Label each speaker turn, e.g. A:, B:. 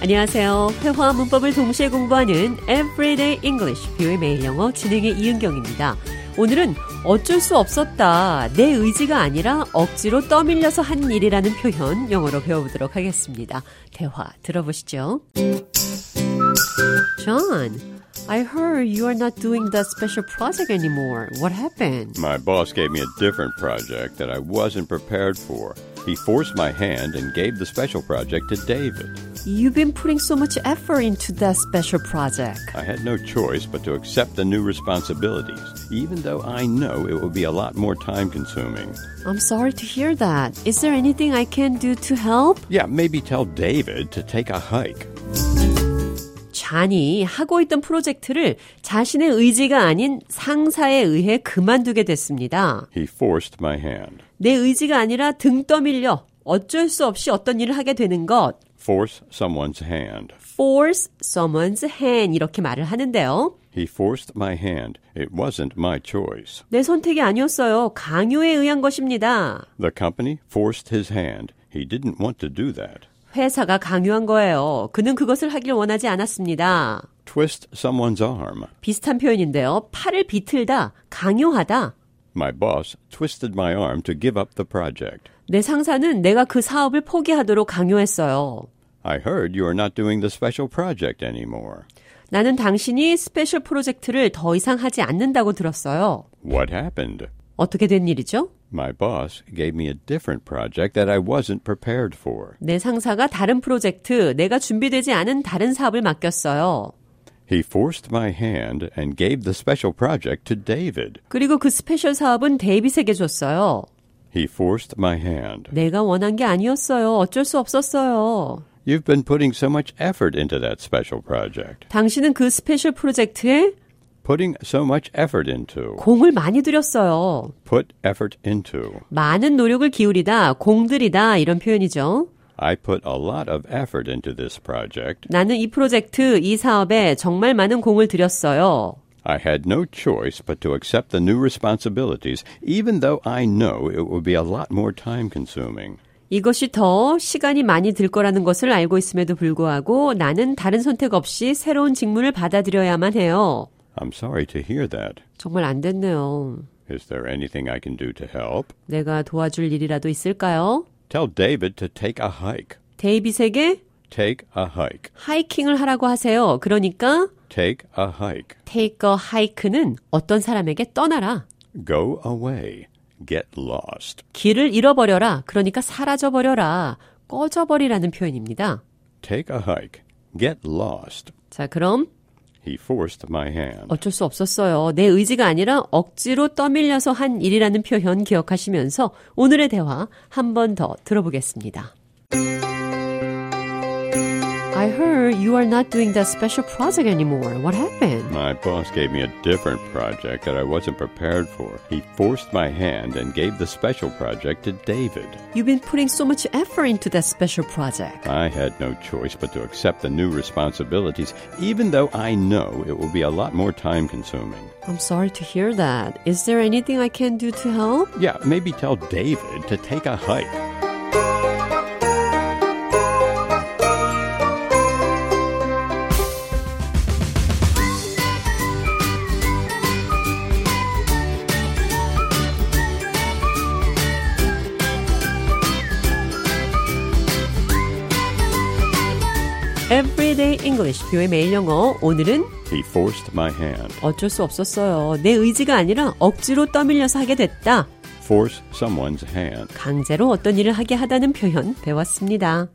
A: 안녕하세요. 회화 문법을 동시에 공부하는 Everyday English 뷰의 매일 영어 진행의 이은경입니다. 오늘은 어쩔 수 없었다. 내 의지가 아니라 억지로 떠밀려서 한 일이라는 표현 영어로 배워보도록 하겠습니다. 대화 들어보시죠. John, I heard you are not doing that special project anymore. What happened?
B: My boss gave me a different project that I wasn't prepared for. He forced my hand and gave the special project to David.
A: You've been putting so much effort into that special project.
B: I had no choice but to accept the new responsibilities, even though I know it will be a lot more time consuming.
A: I'm sorry to hear that. Is there anything I can do to help?
B: Yeah, maybe tell David to take a hike.
A: 잔이 하고 있던 프로젝트를 자신의 의지가 아닌 상사에 의해 그만두게 됐습니다.
B: He forced my hand.
A: 내 의지가 아니라 등 떠밀려 어쩔 수 없이 어떤 일을 하게 되는 것.
B: Force someone's hand.
A: force someone's hand 이렇게 말을 하는데요.
B: He forced my hand. It wasn't my choice.
A: 내 선택이 아니었어요. 강요에 의한 것입니다.
B: The company forced his hand. He didn't want to do that.
A: 회사가 강요한 거예요. 그는 그것을 하길 원하지 않았습니다.
B: Twist someone's arm.
A: 비슷한 표현인데요. 팔을 비틀다, 강요하다.
B: My boss twisted my arm to give up the project.
A: 내 상사는 내가 그 사업을 포기하도록 강요했어요.
B: I heard you are not doing the special project anymore.
A: 나는 당신이 스페셜 프로젝트를 더 이상 하지 않는다고 들었어요.
B: What happened?
A: 어떻게 된 일이죠?
B: My boss gave me a different project that I wasn't prepared for.
A: 내 상사가 다른 프로젝트, 내가 준비되지 않은 다른 사업을 맡겼어요.
B: He forced my hand and gave the special project to David.
A: 그리고 그 스페셜 사업은 데이빗에게 줬어요.
B: He forced my hand.
A: 내가 원한 게 아니었어요. 어쩔 수 없었어요.
B: You've been putting so much effort into that special project.
A: 당신은 그 스페셜 프로젝트에
B: Putting so much effort into.
A: 공을 많이 들였어요.
B: Put effort into.
A: 많은 노력을 기울이다, 공들이다 이런 표현이죠.
B: I put a lot of effort into this project.
A: 나는 이 프로젝트, 이 사업에 정말 많은 공을 들였어요.
B: I had no choice but to accept the new responsibilities, even though I know it will be a lot more time consuming.
A: 이것이 더 시간이 많이 들 거라는 것을 알고 있음에도 불구하고 나는 다른 선택 없이 새로운 직무를 받아들여야만 해요.
B: I'm sorry to hear that.
A: 정말 안 됐네요.
B: Is there anything I can do to help?
A: 내가 도와줄 일이라도 있을까요?
B: Tell David to take a hike.
A: 데이빗에게
B: Take a hike.
A: 하이킹을 하라고 하세요. 그러니까
B: Take a hike.
A: take a hike는 어떤 사람에게 떠나라.
B: Go away. Get lost.
A: 길을 잃어버려라. 그러니까 사라져버려라. 꺼져버리라는 표현입니다.
B: Take a hike. Get lost.
A: 자, 그럼
B: He forced my hand.
A: 어쩔 수 없었어요. 내 의지가 아니라 억지로 떠밀려서 한 일이라는 표현 기억하시면서 오늘의 대화 한 번 더 들어보겠습니다. I heard you are not doing that special project anymore. What happened?
B: My boss gave me a different project that I wasn't prepared for. He forced my hand and gave the special project to David.
A: You've been putting so much effort into that special project.
B: I had no choice but to accept the new responsibilities, even though I know it will be a lot more time consuming.
A: I'm sorry to hear that. Is there anything I can do to help?
B: Yeah, maybe tell David to take a hike.
A: Everyday English, 뷰의 매일 영어. 오늘은
B: He forced my hand.
A: 어쩔 수 없었어요. 내 의지가 아니라 억지로 떠밀려서 하게 됐다.
B: Force someone's hand.
A: 강제로 어떤 일을 하게 하다는 표현 배웠습니다.